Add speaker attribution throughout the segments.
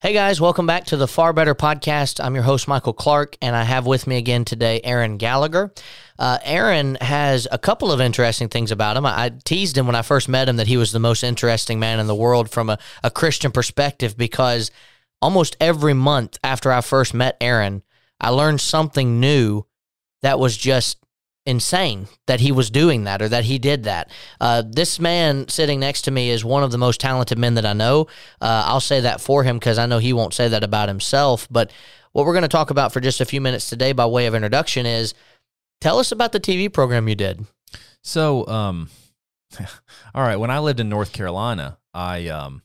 Speaker 1: Hey guys, welcome back to the Far Better Podcast. I'm your host, Michael Clark, and I have with me again today Aaron Gallagher. Uh, Aaron has a couple of interesting things about him. I, I teased him when I first met him that he was the most interesting man in the world from a, a Christian perspective because almost every month after I first met Aaron, I learned something new that was just insane that he was doing that or that he did that. Uh, this man sitting next to me is one of the most talented men that I know. Uh, I'll say that for him because I know he won't say that about himself. But what we're going to talk about for just a few minutes today, by way of introduction, is tell us about the TV program you did.
Speaker 2: So, um, all right. When I lived in North Carolina, I um,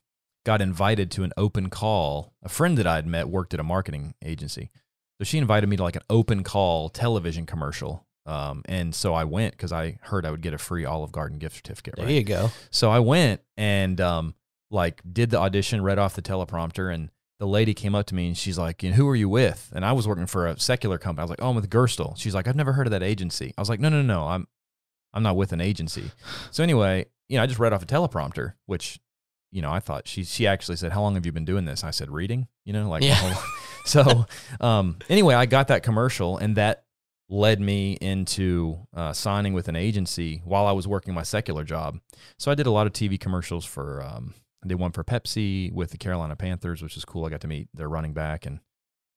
Speaker 2: got invited to an open call. A friend that I had met worked at a marketing agency, so she invited me to like an open call television commercial. Um, and so I went because I heard I would get a free Olive Garden gift certificate.
Speaker 1: There
Speaker 2: right?
Speaker 1: you go.
Speaker 2: So I went and um, like did the audition, read off the teleprompter, and the lady came up to me and she's like, "And who are you with?" And I was working for a secular company. I was like, "Oh, I'm with Gerstel." She's like, "I've never heard of that agency." I was like, "No, no, no, I'm, I'm not with an agency." So anyway, you know, I just read off a teleprompter, which, you know, I thought she she actually said, "How long have you been doing this?" I said, "Reading," you know, like.
Speaker 1: Yeah.
Speaker 2: "Oh." so um, anyway, I got that commercial, and that led me into uh, signing with an agency while I was working my secular job. So I did a lot of TV commercials for. Um, I did one for Pepsi with the Carolina Panthers, which is cool. I got to meet their running back, and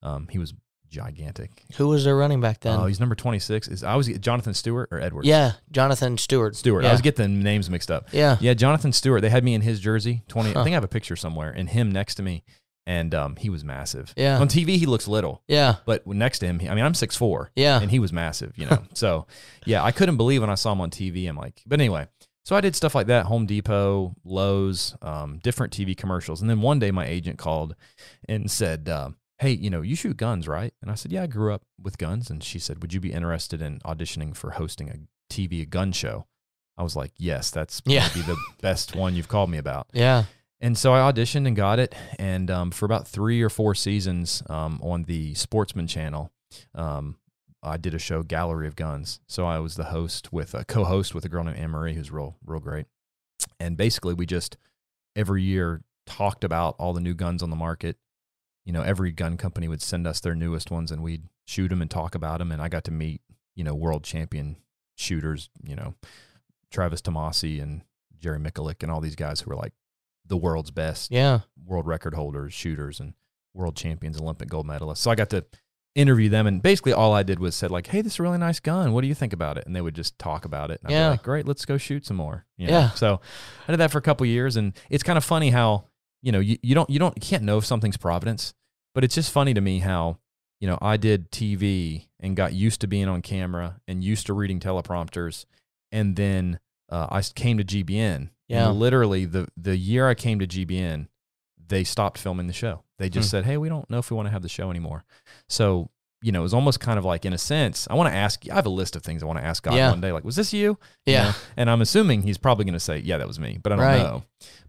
Speaker 2: um, he was gigantic.
Speaker 1: Who was their running back then?
Speaker 2: Oh, he's number twenty six. Is I always get Jonathan Stewart or Edwards?
Speaker 1: yeah, Jonathan Stewart.
Speaker 2: Stewart.
Speaker 1: Yeah.
Speaker 2: I always get the names mixed up.
Speaker 1: yeah.
Speaker 2: Yeah, Jonathan Stewart. They had me in his jersey. Twenty.
Speaker 1: Huh.
Speaker 2: I think I have a picture somewhere, and him next to me, and um, he was massive.
Speaker 1: Yeah.
Speaker 2: On TV, he looks little,
Speaker 1: Yeah.
Speaker 2: but next to him, he, I mean, I'm six four
Speaker 1: Yeah.
Speaker 2: and he was massive, you know. so yeah, I couldn't believe when I saw him on TV. I'm like, but anyway, so I did stuff like that, Home Depot, Lowe's, um, different TV commercials, and then one day my agent called and said, uh, "Hey, you know, you shoot guns, right?" And I said, "Yeah, I grew up with guns." And she said, "Would you be interested in auditioning for hosting a TV gun show?" I was like, "Yes, that's
Speaker 1: Yeah.
Speaker 2: be the best one you've called me about."
Speaker 1: Yeah.
Speaker 2: And so I auditioned and got it. And um, for about three or four seasons um, on the Sportsman channel, um, I did a show, Gallery of Guns. So I was the host with a co host with a girl named Anne Marie, who's real, real great. And basically, we just every year talked about all the new guns on the market. You know, every gun company would send us their newest ones and we'd shoot them and talk about them. And I got to meet, you know, world champion shooters, you know, Travis Tomasi and Jerry Mikulik and all these guys who were like the world's best
Speaker 1: Yeah.
Speaker 2: world record holders, shooters, and world champions, Olympic gold medalists. So I got to interview them, and basically all I did was said like, "Hey, this is a really nice gun. What do you think about it?" And they would just talk about it. And I'd
Speaker 1: Yeah.
Speaker 2: be like, "Great, let's go shoot some more." you know?
Speaker 1: Yeah.
Speaker 2: So I did that for a couple years, and it's kind of funny how you know you, you don't you don't you can't know if something's providence, but it's just funny to me how you know I did TV and got used to being on camera and used to reading teleprompters, and then uh, I s- came to GBN.
Speaker 1: Yeah.
Speaker 2: And literally the the year I came to GBN, they stopped filming the show. They just
Speaker 1: Hmm.
Speaker 2: said, "Hey, we don't know if we want to have the show anymore." So you know, it was almost kind of like, in a sense, I want to ask. I have a list of things I want to ask God
Speaker 1: Yeah.
Speaker 2: one day. Like, was this you? You
Speaker 1: Yeah.
Speaker 2: know? And I'm assuming he's probably going to say, "Yeah, that was me," but I don't
Speaker 1: Right.
Speaker 2: know.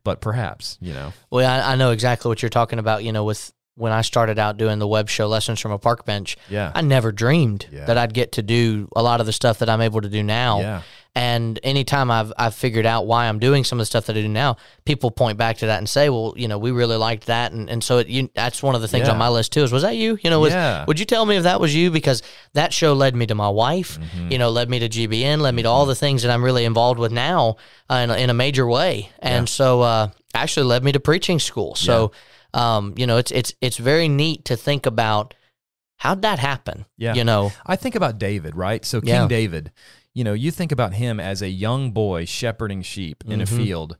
Speaker 2: But perhaps, you know.
Speaker 1: Well, I, I know exactly what you're talking about. You know, with when I started out doing the web show Lessons from a Park Bench,
Speaker 2: Yeah.
Speaker 1: I never dreamed
Speaker 2: Yeah.
Speaker 1: that I'd get to do a lot of the stuff that I'm able to do now.
Speaker 2: Yeah.
Speaker 1: And anytime I've I've figured out why I'm doing some of the stuff that I do now, people point back to that and say, "Well, you know, we really liked that." And and so it, you, that's one of the things on
Speaker 2: Yeah.
Speaker 1: my list too. Is was that you? You know, was,
Speaker 2: Yeah.
Speaker 1: would you tell me if that was you? Because that show led me to my wife.
Speaker 2: Mhm.
Speaker 1: You know, led me to GBN, led me to all
Speaker 2: Mm-hmm.
Speaker 1: the things that I'm really involved with now uh, in, a, in a major way. And so, uh, actually, led me to preaching school. So, um, you know, it's it's it's very neat to think about how'd that happen.
Speaker 2: Yeah.
Speaker 1: You know,
Speaker 2: I think about David, right? So King
Speaker 1: Yeah.
Speaker 2: David, you know, you think about him as a young boy shepherding sheep in a
Speaker 1: Mhm.
Speaker 2: field,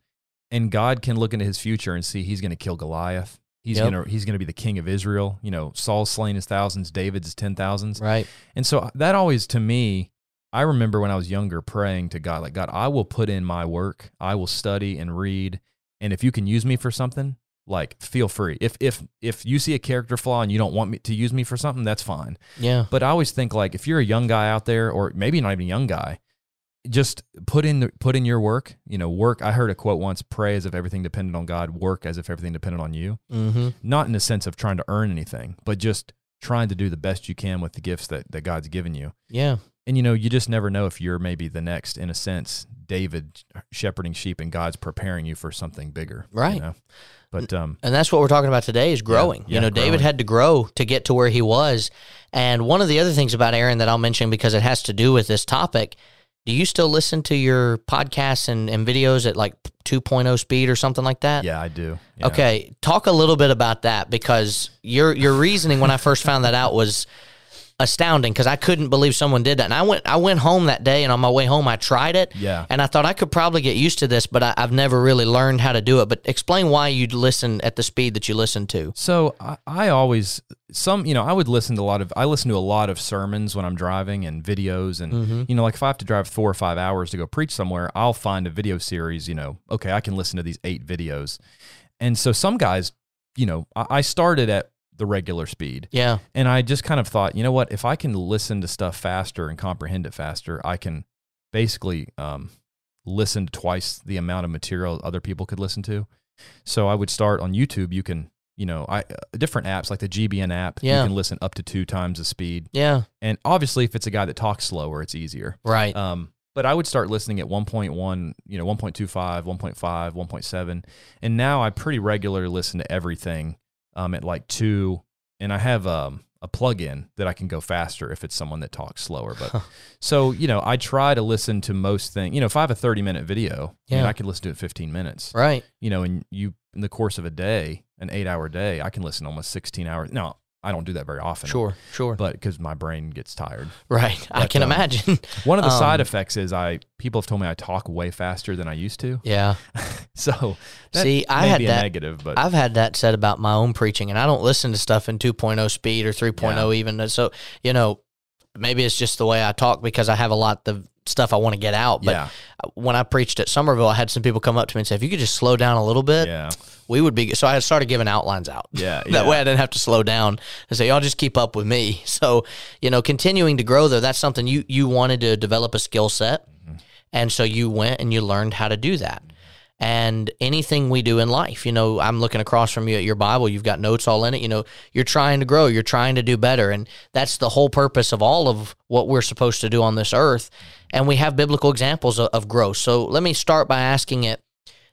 Speaker 2: and God can look into his future and see he's going to kill Goliath. He's
Speaker 1: Yep.
Speaker 2: gonna he's gonna be the king of Israel. You know, Saul's slain his thousands, David's his ten thousands.
Speaker 1: right?
Speaker 2: And so uh, that always to me, I remember when I was younger praying to God, like, God, I will put in my work. I will study and read. And if you can use me for something, like feel free. If if if you see a character flaw and you don't want me to use me for something, that's fine.
Speaker 1: Yeah.
Speaker 2: But I always think like if you're a young guy out there, or maybe not even a young guy, just put in the, put in your work. You know, work. I heard a quote once: "Pray as if everything depended on God. Work as if everything depended on you."
Speaker 1: Mm-hmm.
Speaker 2: Not in the sense of trying to earn anything, but just trying to do the best you can with the gifts that, that God's given you.
Speaker 1: Yeah.
Speaker 2: And you know, you just never know if you're maybe the next, in a sense, David shepherding sheep, and God's preparing you for something bigger, you
Speaker 1: Right.
Speaker 2: know? But um,
Speaker 1: And that's what we're talking about today is growing.
Speaker 2: yeah,
Speaker 1: you know, David
Speaker 2: growing.
Speaker 1: had to grow to get to where he was. And one of the other things about Aaron that I'll mention because it has to do with this topic, do you still listen to your podcasts and, and videos at like 2.0 speed or something like that?
Speaker 2: yeah, I do. Yeah.
Speaker 1: Okay, talk a little bit about that because your your reasoning when I first found that out was astounding because I couldn't believe someone did that. And I went I went home that day and on my way home I tried it.
Speaker 2: Yeah.
Speaker 1: And I thought I could probably get used to this, but I, I've never really learned how to do it. But explain why you'd listen at the speed that you listen to.
Speaker 2: So I, I always some you know I would listen to a lot of I listen to a lot of sermons when I'm driving and videos and you know like if I have to drive four or five hours to go preach somewhere I'll find a video series you know okay I can listen to these eight videos and so some guys you know I, I started at the regular speed
Speaker 1: Yeah.
Speaker 2: and I just kind of thought you know what if I can listen to stuff faster and comprehend it faster I can basically um, listen to twice the amount of material other people could listen to so I would start on YouTube. You can, you know, I uh, different apps like the GBN app.
Speaker 1: Yeah.
Speaker 2: You can listen up to two times the speed.
Speaker 1: Yeah.
Speaker 2: And obviously, if it's a guy that talks slower, it's easier.
Speaker 1: Right.
Speaker 2: Um, but I would start listening at 1.1, you know, 1.25, 1.5, 1.7, and now I pretty regularly listen to everything um, at like two. And I have um, a plug-in that I can go faster if it's someone that talks slower. But so you know, I try to listen to most things. You know, if I have a 30-minute video, yeah.
Speaker 1: Yeah.
Speaker 2: I could listen to it 15 minutes
Speaker 1: right.
Speaker 2: you know, and you in the course of a day, an eight hour day, I can listen to almost 16 hours. Now, I don't do that very often.
Speaker 1: Sure. Sure.
Speaker 2: But because my brain gets tired.
Speaker 1: right. I
Speaker 2: but,
Speaker 1: can
Speaker 2: um,
Speaker 1: imagine.
Speaker 2: One of the
Speaker 1: Um,
Speaker 2: side effects is I people have told me I talk way faster than I used to.
Speaker 1: yeah.
Speaker 2: So that
Speaker 1: See, I
Speaker 2: may
Speaker 1: had
Speaker 2: be a
Speaker 1: that.
Speaker 2: negative, but
Speaker 1: I've had that said about my own preaching, and I don't listen to stuff in 2.0 speed or 3.0 even. uh, So, you know, maybe it's just the way I talk because I have a lot of stuff I want to get out. But
Speaker 2: yeah,
Speaker 1: when I preached at Somerville, I had some people come up to me and say, if you could just slow down a little bit,
Speaker 2: yeah,
Speaker 1: we would be. good." So I started giving outlines out.
Speaker 2: yeah,
Speaker 1: that
Speaker 2: yeah.
Speaker 1: way I didn't have to slow down and say, y'all just keep up with me. So, you know, continuing to grow though, that's something you, you wanted to develop a skill set.
Speaker 2: Mm-hmm.
Speaker 1: And so you went and you learned how to do that. And anything we do in life, you know, I'm looking across from you at your Bible, you've got notes all in it. You know, you're trying to grow, you're trying to do better. And that's the whole purpose of all of what we're supposed to do on this earth. And we have biblical examples of, of growth. So let me start by asking it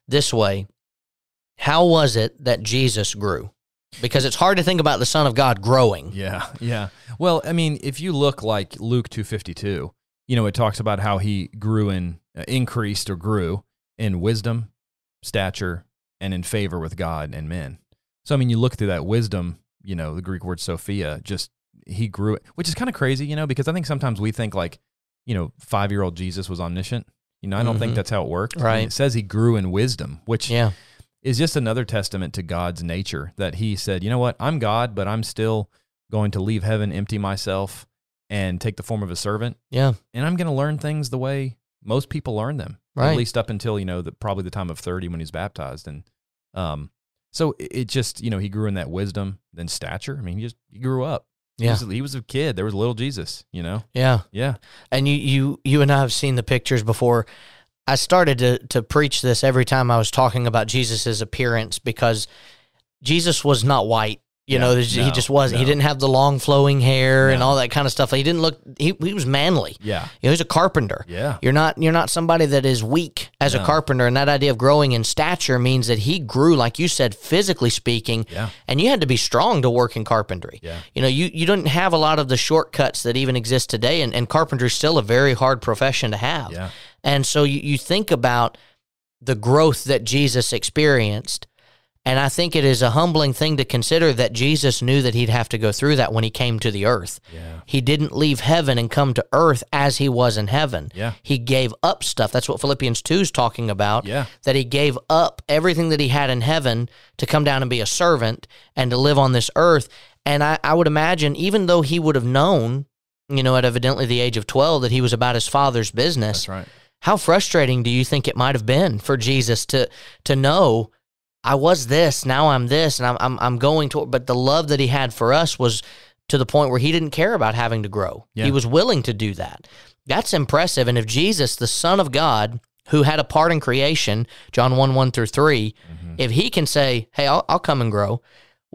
Speaker 1: this way How was it that Jesus grew? Because it's hard to think about the Son of God growing.
Speaker 2: Yeah, yeah. Well, I mean, if you look like Luke 252, you know, it talks about how he grew in uh, increased or grew in wisdom, stature, and in favor with God and men. So I mean, you look through that wisdom, you know, the Greek word sophia, just he grew it, which is kind of crazy, you know, because I think sometimes we think like, you know, 5-year-old Jesus was omniscient. You know, I don't
Speaker 1: Mhm.
Speaker 2: think that's how it worked. I mean,
Speaker 1: Right.
Speaker 2: it says he grew in wisdom, which
Speaker 1: Yeah.
Speaker 2: is just another testament to God's nature that he said, you know what, I'm God, but I'm still going to leave heaven, empty myself, and take the form of a servant.
Speaker 1: Yeah.
Speaker 2: And I'm going to learn things the way most people learn them,
Speaker 1: Right.
Speaker 2: at least up until, you know, the, probably the time of 30 when he's baptized. And um, so it, it just, you know, he grew in that wisdom, then stature. I mean, he just he grew up. He,
Speaker 1: Yeah.
Speaker 2: was, he was a kid. There was a little Jesus, you know?
Speaker 1: Yeah.
Speaker 2: Yeah.
Speaker 1: and you you you and I have seen the pictures before. I started to to preach this every time I was talking about Jesus's appearance because Jesus was not white. You
Speaker 2: Yeah,
Speaker 1: know, there's- he
Speaker 2: no,
Speaker 1: just was. not He
Speaker 2: no.
Speaker 1: didn't have the long flowing hair and
Speaker 2: No.
Speaker 1: all that kind of stuff. He didn't look. He he was manly.
Speaker 2: Yeah.
Speaker 1: You know, he was a carpenter.
Speaker 2: Yeah.
Speaker 1: You're not you're not somebody that is weak as a
Speaker 2: No.
Speaker 1: carpenter, and that idea of growing in stature means that he grew, like you said, physically speaking.
Speaker 2: Yeah.
Speaker 1: And you had to be strong to work in carpentry.
Speaker 2: Yeah.
Speaker 1: You know, you, you didn't have a lot of the shortcuts that even exist today, and, and carpentry is still a very hard profession to have.
Speaker 2: Yeah.
Speaker 1: And so you, you think about the growth that Jesus experienced. And I think it is a humbling thing to consider that Jesus knew that he'd have to go through that when he came to the earth.
Speaker 2: Yeah.
Speaker 1: He didn't leave heaven and come to earth as he was in heaven.
Speaker 2: Yeah.
Speaker 1: He gave up stuff. That's what Philippians 2 is talking about.
Speaker 2: Yeah.
Speaker 1: That he gave up everything that he had in heaven to come down and be a servant and to live on this earth. And I, I would imagine, even though he would have known, you know, at evidently the age of 12, that he was about his father's business,
Speaker 2: That's right.
Speaker 1: how frustrating do you think it might have been for Jesus to to know I was this, now I'm this, and I'm I'm, I'm going to? But the love that he had for us was to the point where he didn't care about having to grow.
Speaker 2: Yeah.
Speaker 1: He was willing to do that. That's impressive. And if Jesus, the Son of God, who had a part in creation, John one one through 3
Speaker 2: Mhm.
Speaker 1: if he can say, "Hey, I'll, I'll come and grow,"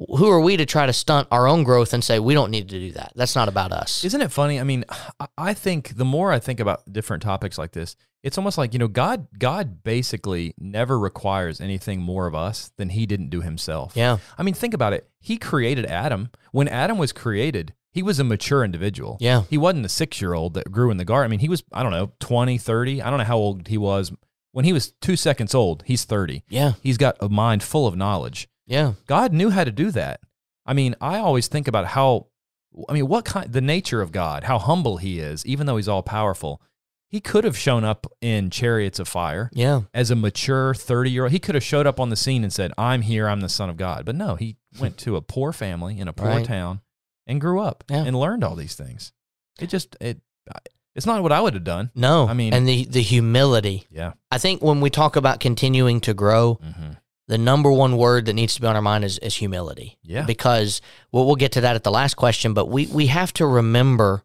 Speaker 1: who are we to try to stunt our own growth and say we don't need to do that? That's not about us.
Speaker 2: Isn't it funny? I mean, I- I think the more I think about different topics like this, it's almost like, you know, God God basically never requires anything more of us than he didn't do himself.
Speaker 1: Yeah.
Speaker 2: I mean, think about it. He created Adam. When Adam was created, he was a mature individual.
Speaker 1: Yeah.
Speaker 2: He wasn't a 6-year-old that grew in the garden. I mean, he was I don't know, 20, 30. I don't know how old he was when he was 2 seconds old. He's 30.
Speaker 1: Yeah.
Speaker 2: He's got a mind full of knowledge.
Speaker 1: Yeah.
Speaker 2: God knew how to do that. I mean, I always think about how, I mean, what kind, the nature of God, how humble he is, even though he's all powerful. He could have shown up in chariots of fire
Speaker 1: Yeah.
Speaker 2: as a mature 30 year old. He could have showed up on the scene and said, I'm here, I'm the son of God. But no, he went to a poor family in a poor
Speaker 1: Right.
Speaker 2: town and grew up
Speaker 1: Yeah.
Speaker 2: and learned all these things. It just, it, it's not what I would have done.
Speaker 1: No.
Speaker 2: I mean-
Speaker 1: and the the humility.
Speaker 2: Yeah.
Speaker 1: I think when we talk about continuing to grow,
Speaker 2: Mm-hmm.
Speaker 1: the number one word that needs to be on our mind is, is humility.
Speaker 2: Yeah.
Speaker 1: Because well, we'll get to that at the last question, but we, we have to remember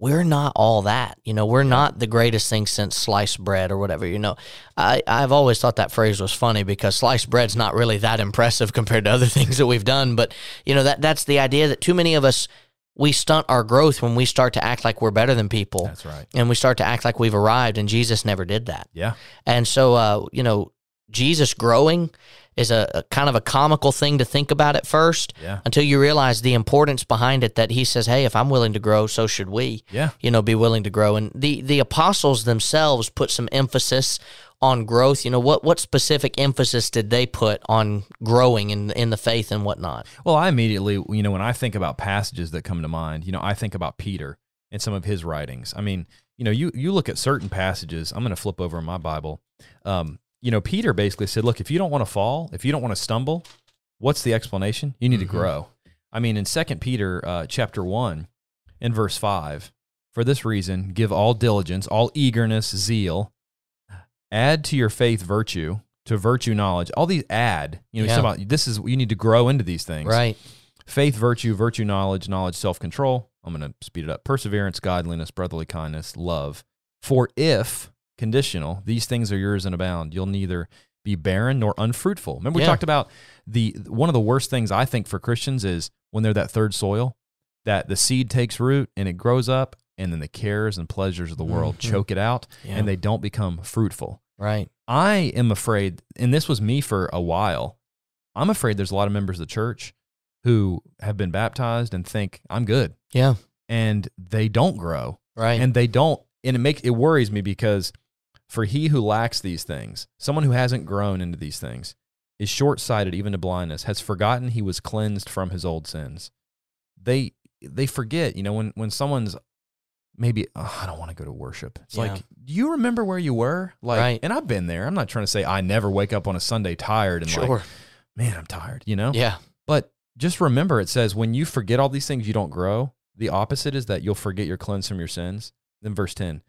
Speaker 1: we're not all that. You know, we're not the greatest thing since sliced bread or whatever. You know, I, I've always thought that phrase was funny because sliced bread's not really that impressive compared to other things that we've done. But, you know, that that's the idea that too many of us, we stunt our growth when we start to act like we're better than people
Speaker 2: That's right.
Speaker 1: and we start to act like we've arrived. And Jesus never did that.
Speaker 2: Yeah.
Speaker 1: And so, uh, you know, Jesus growing is a, a kind of a comical thing to think about at first
Speaker 2: Yeah.
Speaker 1: until you realize the importance behind it that he says, hey, if I'm willing to grow, so should we,
Speaker 2: Yeah.
Speaker 1: you know, be willing to grow. And the, the apostles themselves put some emphasis on growth. You know, what, what specific emphasis did they put on growing in, in the faith and whatnot?
Speaker 2: Well, I immediately, you know, when I think about passages that come to mind, you know, I think about Peter and some of his writings. I mean, you know, you you look at certain passages. I'm going to flip over in my Bible. Um, you know, Peter basically said, "Look, if you don't want to fall, if you don't want to stumble, what's the explanation? You need
Speaker 1: Mhm.
Speaker 2: to grow." I mean, in Second Peter uh, chapter one, in verse five, for this reason, give all diligence, all eagerness, zeal. Add to your faith virtue, to virtue knowledge. All these add. You know, he's
Speaker 1: Yeah.
Speaker 2: talking about Uh, this is you need to grow into these things
Speaker 1: Right.
Speaker 2: faith, virtue, virtue, knowledge, knowledge, self control. I'm going to speed it up. Perseverance, godliness, brotherly kindness, love. For if, conditional, these things are yours and abound, you'll neither be barren nor unfruitful. Remember, we
Speaker 1: Yeah.
Speaker 2: talked about the one of the worst things I think for Christians is when they're that third soil, that the seed takes root and it grows up, and then the cares and pleasures of the world
Speaker 1: Mhm.
Speaker 2: choke it out,
Speaker 1: Yeah.
Speaker 2: and they don't become fruitful.
Speaker 1: Right.
Speaker 2: I am afraid, and this was me for a while. I'm afraid there's a lot of members of the church who have been baptized and think I'm good,
Speaker 1: Yeah.
Speaker 2: and they don't grow,
Speaker 1: Right.
Speaker 2: and they don't, and it make it worries me because for he who lacks these things, someone who hasn't grown into these things, is short-sighted even to blindness, has forgotten he was cleansed from his old sins. They they forget, you know, when when someone's maybe "Oh, I don't want to go to worship. It's
Speaker 1: Yeah.
Speaker 2: like, do you remember where you were? Like,
Speaker 1: Right.
Speaker 2: and I've been there. I'm not trying to say I never wake up on a Sunday tired and
Speaker 1: sure.
Speaker 2: like, man, I'm tired, you know?
Speaker 1: yeah.
Speaker 2: But just remember it says when you forget all these things, you don't grow. The opposite is that you'll forget your cleanse from your sins. Then verse 10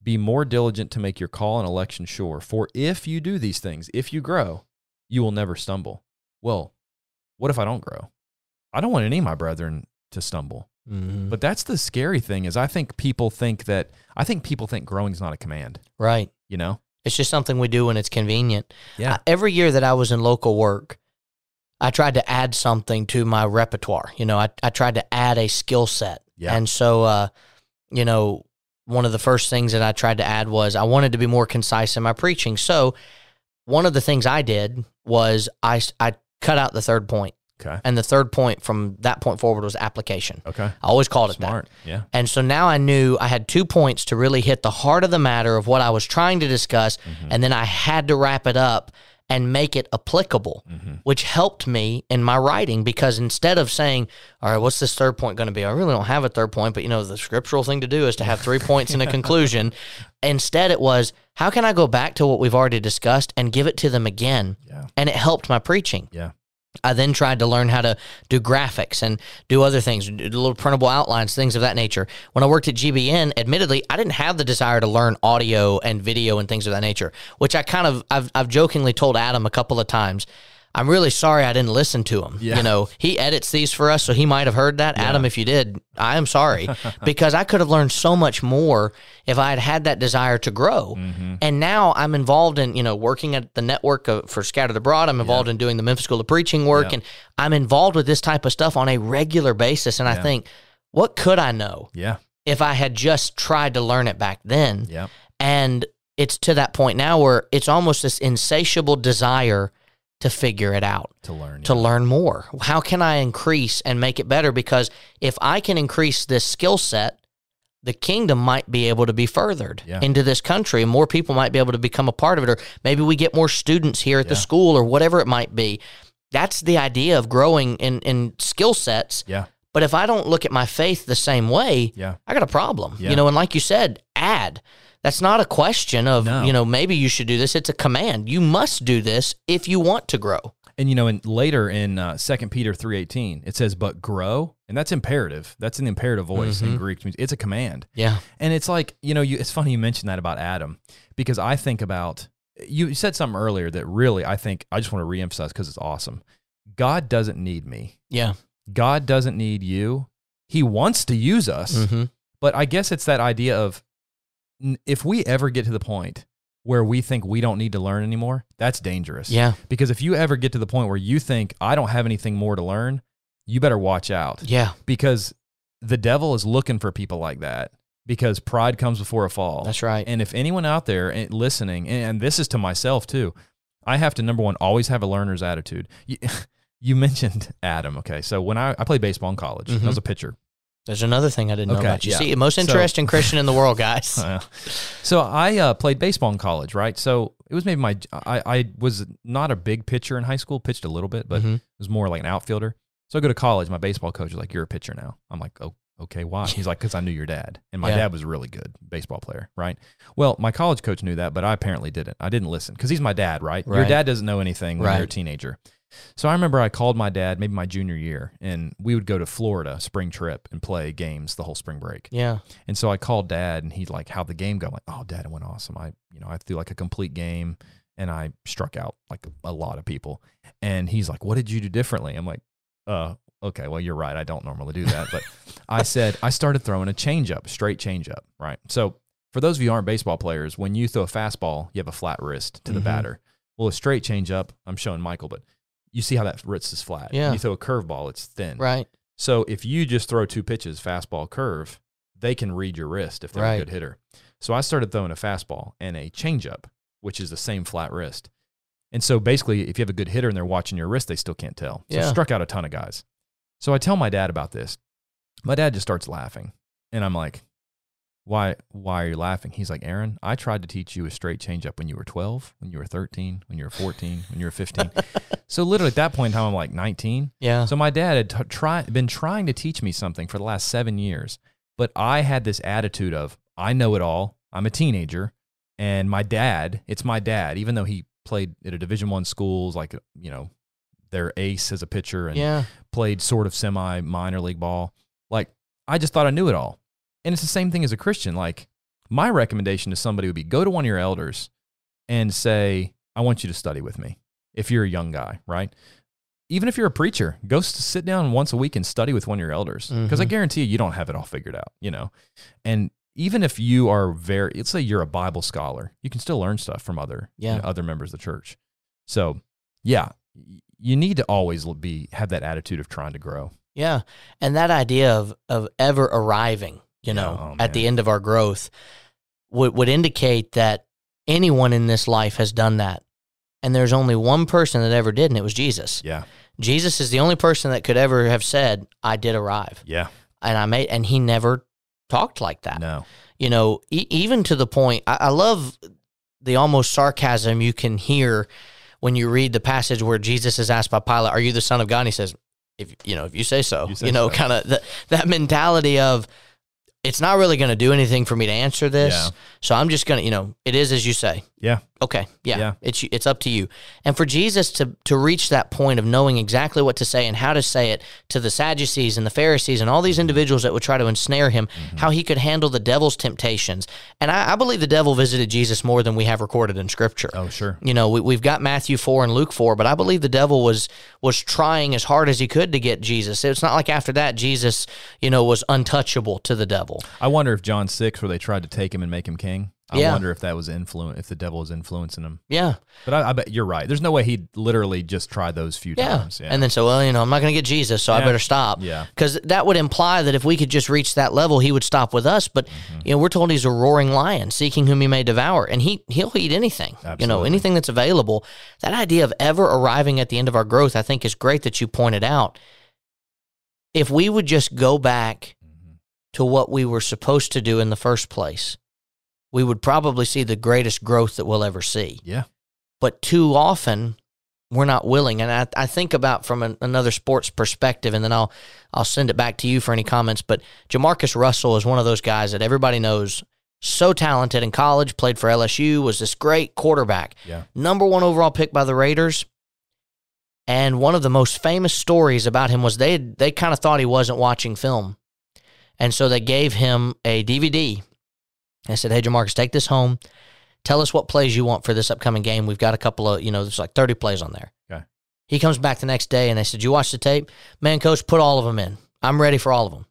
Speaker 2: be more diligent to make your call and election sure. For if you do these things, if you grow, you will never stumble. Well, what if I don't grow? I don't want any of my brethren to stumble.
Speaker 1: Mhm.
Speaker 2: But that's the scary thing is I think people think that I think people think growing's not a command,
Speaker 1: Right.
Speaker 2: you know?
Speaker 1: It's just something we do when it's convenient.
Speaker 2: Yeah.
Speaker 1: Uh, every year that I was in local work, I tried to add something to my repertoire. You know, I, I tried to add a skill set.
Speaker 2: Yeah.
Speaker 1: And so, uh, you know, one of the first things that I tried to add was I wanted to be more concise in my preaching. So, one of the things I did was I, s- I cut out the third point,
Speaker 2: Okay.
Speaker 1: And the third point from that point forward was application.
Speaker 2: Okay.
Speaker 1: I always called it that.
Speaker 2: Smart. Yeah.
Speaker 1: And so now I knew I had two points to really hit the heart of the matter of what I was trying to discuss. And then I had to wrap it up and make it applicable,
Speaker 2: mm-hmm,
Speaker 1: which helped me in my writing because instead of saying, all right, what's this third point going to be? I really don't have a third point, but you know, the scriptural thing to do is to have three points and a conclusion. Instead, it was, how can I go back to what we've already discussed and give it to them again?
Speaker 2: Yeah.
Speaker 1: And it helped my preaching.
Speaker 2: Yeah.
Speaker 1: I then tried to learn how to do graphics and do other things, do little printable outlines, things of that nature. When I worked at GBN, admittedly, I didn't have the desire to learn audio and video and things of that nature, which I kind of I've, I've jokingly told Adam a couple of times. I'm really sorry I didn't listen to him.
Speaker 2: Yeah.
Speaker 1: You know, he edits these for us, so he might have heard that. Adam, if you did, I am sorry because I could have learned so much more if I had had that desire to grow.
Speaker 2: mm-hmm,
Speaker 1: And now I'm involved in, you know, working at the network of, for Scattered Abroad. I'm involved in doing the Memphis School of Preaching work,
Speaker 2: Yeah.
Speaker 1: and I'm involved with this type of stuff on a regular basis. And I
Speaker 2: Yeah.
Speaker 1: think, what could I know
Speaker 2: Yeah.
Speaker 1: if I had just tried to learn it back then?
Speaker 2: Yeah.
Speaker 1: And it's to that point now where it's almost this insatiable desire to figure it out,
Speaker 2: To learn.
Speaker 1: to
Speaker 2: yeah.
Speaker 1: learn more. How can I increase and make it better? Because if I can increase this skill set, the kingdom might be able to be furthered
Speaker 2: Yeah.
Speaker 1: into this country and more people might be able to become a part of it. Or maybe we get more students here at the
Speaker 2: Yeah.
Speaker 1: school or whatever it might be. That's the idea of growing in, in skill sets.
Speaker 2: Yeah.
Speaker 1: But if I don't look at my faith the same way,
Speaker 2: Yeah.
Speaker 1: I got a problem.
Speaker 2: Yeah.
Speaker 1: You know, and like you said, add. That's not a question of,
Speaker 2: No.
Speaker 1: you know, maybe you should do this. It's a command. You must do this if you want to grow.
Speaker 2: And you know, and later in uh, 2 Peter 3:18, it says but grow, and that's imperative. That's an imperative voice in Greek. It's a command.
Speaker 1: Yeah.
Speaker 2: And it's like, you know, you, it's funny you mentioned that about Adam because I think about, you said something earlier that really I think I just want to reemphasize because it's awesome. God doesn't need me,
Speaker 1: Yeah.
Speaker 2: God doesn't need you. He wants to use us.
Speaker 1: hmm
Speaker 2: But I guess it's that idea of n- if we ever get to the point where we think we don't need to learn anymore, that's dangerous.
Speaker 1: Yeah.
Speaker 2: Because if you ever get to the point where you think, I don't have anything more to learn, you better watch out
Speaker 1: Yeah.
Speaker 2: because the devil is looking for people like that because pride comes before a fall.
Speaker 1: That's right.
Speaker 2: And if anyone out there and- listening, and and this is to myself too, I have to number one always have a learner's attitude. You, you mentioned Adam, okay? So when I, I played baseball in college, I
Speaker 1: Mhm.
Speaker 2: was a pitcher.
Speaker 1: There's another thing I didn't know
Speaker 2: Okay,
Speaker 1: about you.
Speaker 2: yeah.
Speaker 1: See, most
Speaker 2: So-
Speaker 1: interesting Christian in the world, guys.
Speaker 2: Uh, so I uh, played baseball in college, right? So it was maybe my I, I was not a big pitcher in high school, pitched a little bit, but
Speaker 1: Mhm.
Speaker 2: was more like an outfielder. So I go to college. My baseball coach is like, "You're a pitcher now." I'm like, "Oh, okay, why?" He's like, "Cause I knew your dad, and my
Speaker 1: Yeah.
Speaker 2: dad was a really good baseball player, right?" Well, my college coach knew that, but I apparently didn't. I didn't listen because he's my dad, right? Your
Speaker 1: Right.
Speaker 2: dad doesn't know anything when you're a
Speaker 1: Right.
Speaker 2: teenager. So I remember I called my dad maybe my junior year, and we would go to Florida spring trip and play games the whole spring break.
Speaker 1: Yeah.
Speaker 2: And so I called dad and he's like, How'd the game go? I'm like, oh dad, it went awesome. I, you know, I threw like a complete game and I struck out like a lot of people. And he's like, What did you do differently? I'm like, uh, okay, well, you're right. I don't normally do that. But I said, I started throwing a change up, straight change up. Right. So for those of you who aren't baseball players, when you throw a fastball, you have a flat wrist to the
Speaker 1: Mhm.
Speaker 2: batter. Well, a straight change up, I'm showing Michael, but you see how that wrist is flat.
Speaker 1: Yeah.
Speaker 2: You throw a curveball, it's thin.
Speaker 1: Right.
Speaker 2: So if you just throw two pitches, fastball, curve, they can read your wrist if they're a
Speaker 1: Right.
Speaker 2: good hitter. So I started throwing a fastball and a changeup, which is the same flat wrist. And so basically, if you have a good hitter and they're watching your wrist, they still can't tell. So I
Speaker 1: Yeah.
Speaker 2: struck out a ton of guys. So I tell my dad about this. My dad just starts laughing, and I'm like, "Why? Why are you laughing?" He's like, "Aaron, I tried to teach you a straight changeup when you were 12, when you were 13, when you were 14, when you were 15." so literally at that point in time, I'm like 19.
Speaker 1: Yeah.
Speaker 2: So my dad had t- try, been trying to teach me something for the last seven years, but I had this attitude of I know it all. I'm a teenager, and my dad, it's my dad, even though he played at a Division One schools, like you know, their ace as a pitcher, and
Speaker 1: yeah.
Speaker 2: played sort of semi minor league ball. Like I just thought I knew it all. And it's the same thing as a Christian. Like my recommendation to somebody would be go to one of your elders and say, I want you to study with me if you're a young guy, right? Even if you're a preacher, go s- sit down once a week and study with one of your elders because I
Speaker 1: Mhm.
Speaker 2: guarantee you, you don't have it all figured out, you know? And even if you are very, let's say you're a Bible scholar, you can still learn stuff from other, you
Speaker 1: Yeah.
Speaker 2: know, other members of the church. So, yeah, y- you need to always l- be have that attitude of trying to grow.
Speaker 1: Yeah. And that idea of of ever arriving, you know,
Speaker 2: oh,
Speaker 1: at the end of our growth would would indicate that anyone in this life has done that. And there's only one person that ever did, and it was Jesus.
Speaker 2: Yeah,
Speaker 1: Jesus is the only person that could ever have said, I did arrive.
Speaker 2: yeah,
Speaker 1: And I made and he never talked like that.
Speaker 2: no,
Speaker 1: You know, e- even to the point I, I love the almost sarcasm you can hear when you read the passage where Jesus is asked by Pilate, Are you the son of God? And he says, If you know, if you say so.
Speaker 2: You
Speaker 1: You,
Speaker 2: say
Speaker 1: know,
Speaker 2: so.
Speaker 1: kind of that that mentality of it's not really going to do anything for me to answer this.
Speaker 2: Yeah.
Speaker 1: So I'm just going to, you know, it is as you say.
Speaker 2: Yeah.
Speaker 1: Okay. Yeah.
Speaker 2: Yeah.
Speaker 1: It's it's up to you. And for Jesus to to reach that point of knowing exactly what to say and how to say it to the Sadducees and the Pharisees and all these individuals that would try to ensnare him,
Speaker 2: Mm-hmm.
Speaker 1: how he could handle the devil's temptations. And I, I believe the devil visited Jesus more than we have recorded in scripture.
Speaker 2: Oh, sure.
Speaker 1: You know, we, we've got Matthew four and Luke four, but I believe the devil was was trying as hard as he could to get Jesus. It's not like after that Jesus, you know, was untouchable to the devil.
Speaker 2: I wonder if John six, where they tried to take him and make him king. I
Speaker 1: Yeah.
Speaker 2: wonder if that was influence, if the devil was influencing him.
Speaker 1: Yeah,
Speaker 2: But I, I bet you're right. There's no way he literally just tried those few
Speaker 1: yeah.
Speaker 2: times. Yeah.
Speaker 1: And then so, well, you know, I'm not going to get Jesus, so I
Speaker 2: Yeah.
Speaker 1: better stop.
Speaker 2: yeah.
Speaker 1: Because that would imply that if we could just reach that level, he would stop with us. But you know, we're told he's a roaring lion, seeking whom he may devour, and he he'll eat anything. You know,
Speaker 2: Absolutely.
Speaker 1: anything that's available. That idea of ever arriving at the end of our growth, I think, is great that you pointed out. If we would just go back
Speaker 2: Mm-hmm.
Speaker 1: to what we were supposed to do in the first place, we would probably see the greatest growth that we'll ever see
Speaker 2: Yeah.
Speaker 1: but too often we're not willing. And I, I think about from an, another sports perspective, and then I'll I'll send it back to you for any comments. But Jamarcus Russell is one of those guys that everybody knows. So talented in college, played for LSU, was this great quarterback.
Speaker 2: Yeah.
Speaker 1: Number one overall pick by the Raiders. And one of the most famous stories about him was they they kind of thought he wasn't watching film. And so they gave him a DVD. I said, Hey Jamarcus, take this home tell us what plays you want for this upcoming game. We've got a couple of, you know, there's like 30 plays on there.
Speaker 2: Okay.
Speaker 1: He comes back the next day and they said, You watch the tape? Man, coach, put all of them in. I'm ready for all of them.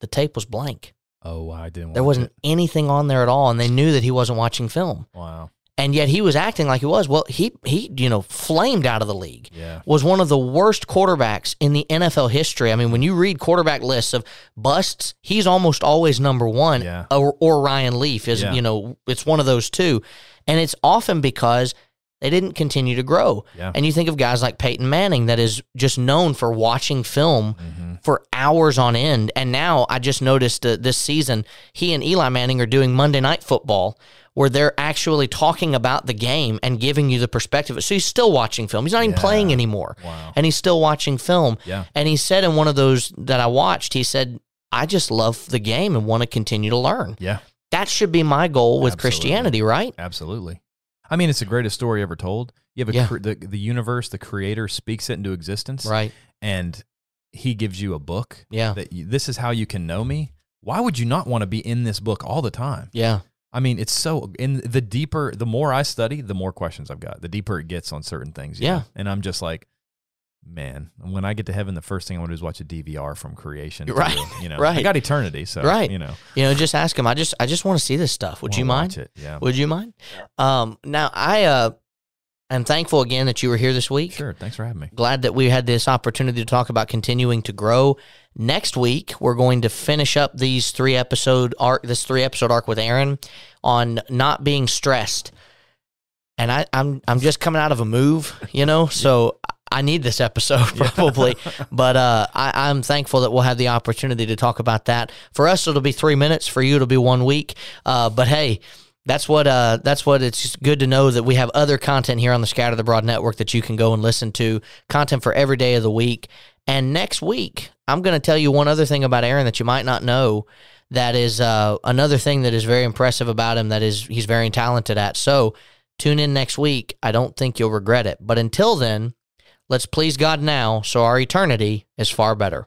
Speaker 1: The tape was blank.
Speaker 2: Oh, I didn't.
Speaker 1: There
Speaker 2: watch
Speaker 1: wasn't
Speaker 2: it.
Speaker 1: anything on there at all. And they knew that he wasn't watching film.
Speaker 2: Wow.
Speaker 1: And yet he was acting like he was. Well, he, he you know, flamed out of the league
Speaker 2: Yeah.
Speaker 1: was one of the worst quarterbacks in the NFL history. I mean, when you read quarterback lists of busts, he's almost always number one.
Speaker 2: Yeah.
Speaker 1: Or, or Ryan Leaf is,
Speaker 2: Yeah.
Speaker 1: you know, it's one of those two, and it's often because they didn't continue to grow.
Speaker 2: Yeah.
Speaker 1: And you think of guys like Peyton Manning that is just known for watching film
Speaker 2: Mm-hmm.
Speaker 1: for hours on end. And now I just noticed that this season he and Eli Manning are doing Monday Night Football. Where they're actually talking about the game and giving you the perspective. So he's still watching film. He's not even
Speaker 2: Yeah.
Speaker 1: playing anymore
Speaker 2: Wow.
Speaker 1: and he's still watching film.
Speaker 2: Yeah.
Speaker 1: And he said in one of those that I watched, he said, I just love the game and want to continue to learn.
Speaker 2: Yeah.
Speaker 1: That should be my goal with
Speaker 2: Absolutely.
Speaker 1: Christianity, right?
Speaker 2: Absolutely. I mean, it's the greatest story ever told. You have a
Speaker 1: Yeah.
Speaker 2: cre- the the universe, the creator speaks it into existence,
Speaker 1: Right.
Speaker 2: and he gives you a book
Speaker 1: Yeah.
Speaker 2: that you, this is how you can know me. Why would you not want to be in this book all the time?
Speaker 1: Yeah.
Speaker 2: I mean, it's so. And the deeper, the more I study, the more questions I've got. The deeper it gets on certain things. you
Speaker 1: Yeah.
Speaker 2: know? And I'm just like, man, when I get to heaven, the first thing I want to do is watch a DVR from creation.
Speaker 1: Right.
Speaker 2: through, You know, I
Speaker 1: Right.
Speaker 2: got eternity, so
Speaker 1: Right.
Speaker 2: You know,
Speaker 1: You know, just ask him. I just I just want to see this stuff. Would you
Speaker 2: wanna
Speaker 1: mind?
Speaker 2: watch it. Yeah.
Speaker 1: Would you mind? Um now I uh am thankful again that you were here this week.
Speaker 2: Sure. Thanks for having me.
Speaker 1: Glad that we had this opportunity to talk about continuing to grow. Next week, we're going to finish up these three episode arc, this three episode arc with Aaron on not being stressed. And I, I'm I'm just coming out of a move, you know, so I need this episode probably. but uh, I, I'm thankful that we'll have the opportunity to talk about that. For us, it'll be three minutes. For you, it'll be one week. Uh, but hey. That's what uh, that's what it's just good to know that we have other content here on the Scatter the Broad Network that you can go and listen to content for every day of the week. And next week, I'm going to tell you one other thing about Aaron that you might not know. That is uh, another thing that is very impressive about him. That is he's very talented at. So tune in next week. I don't think you'll regret it. But until then, let's please God now, so our eternity is far better.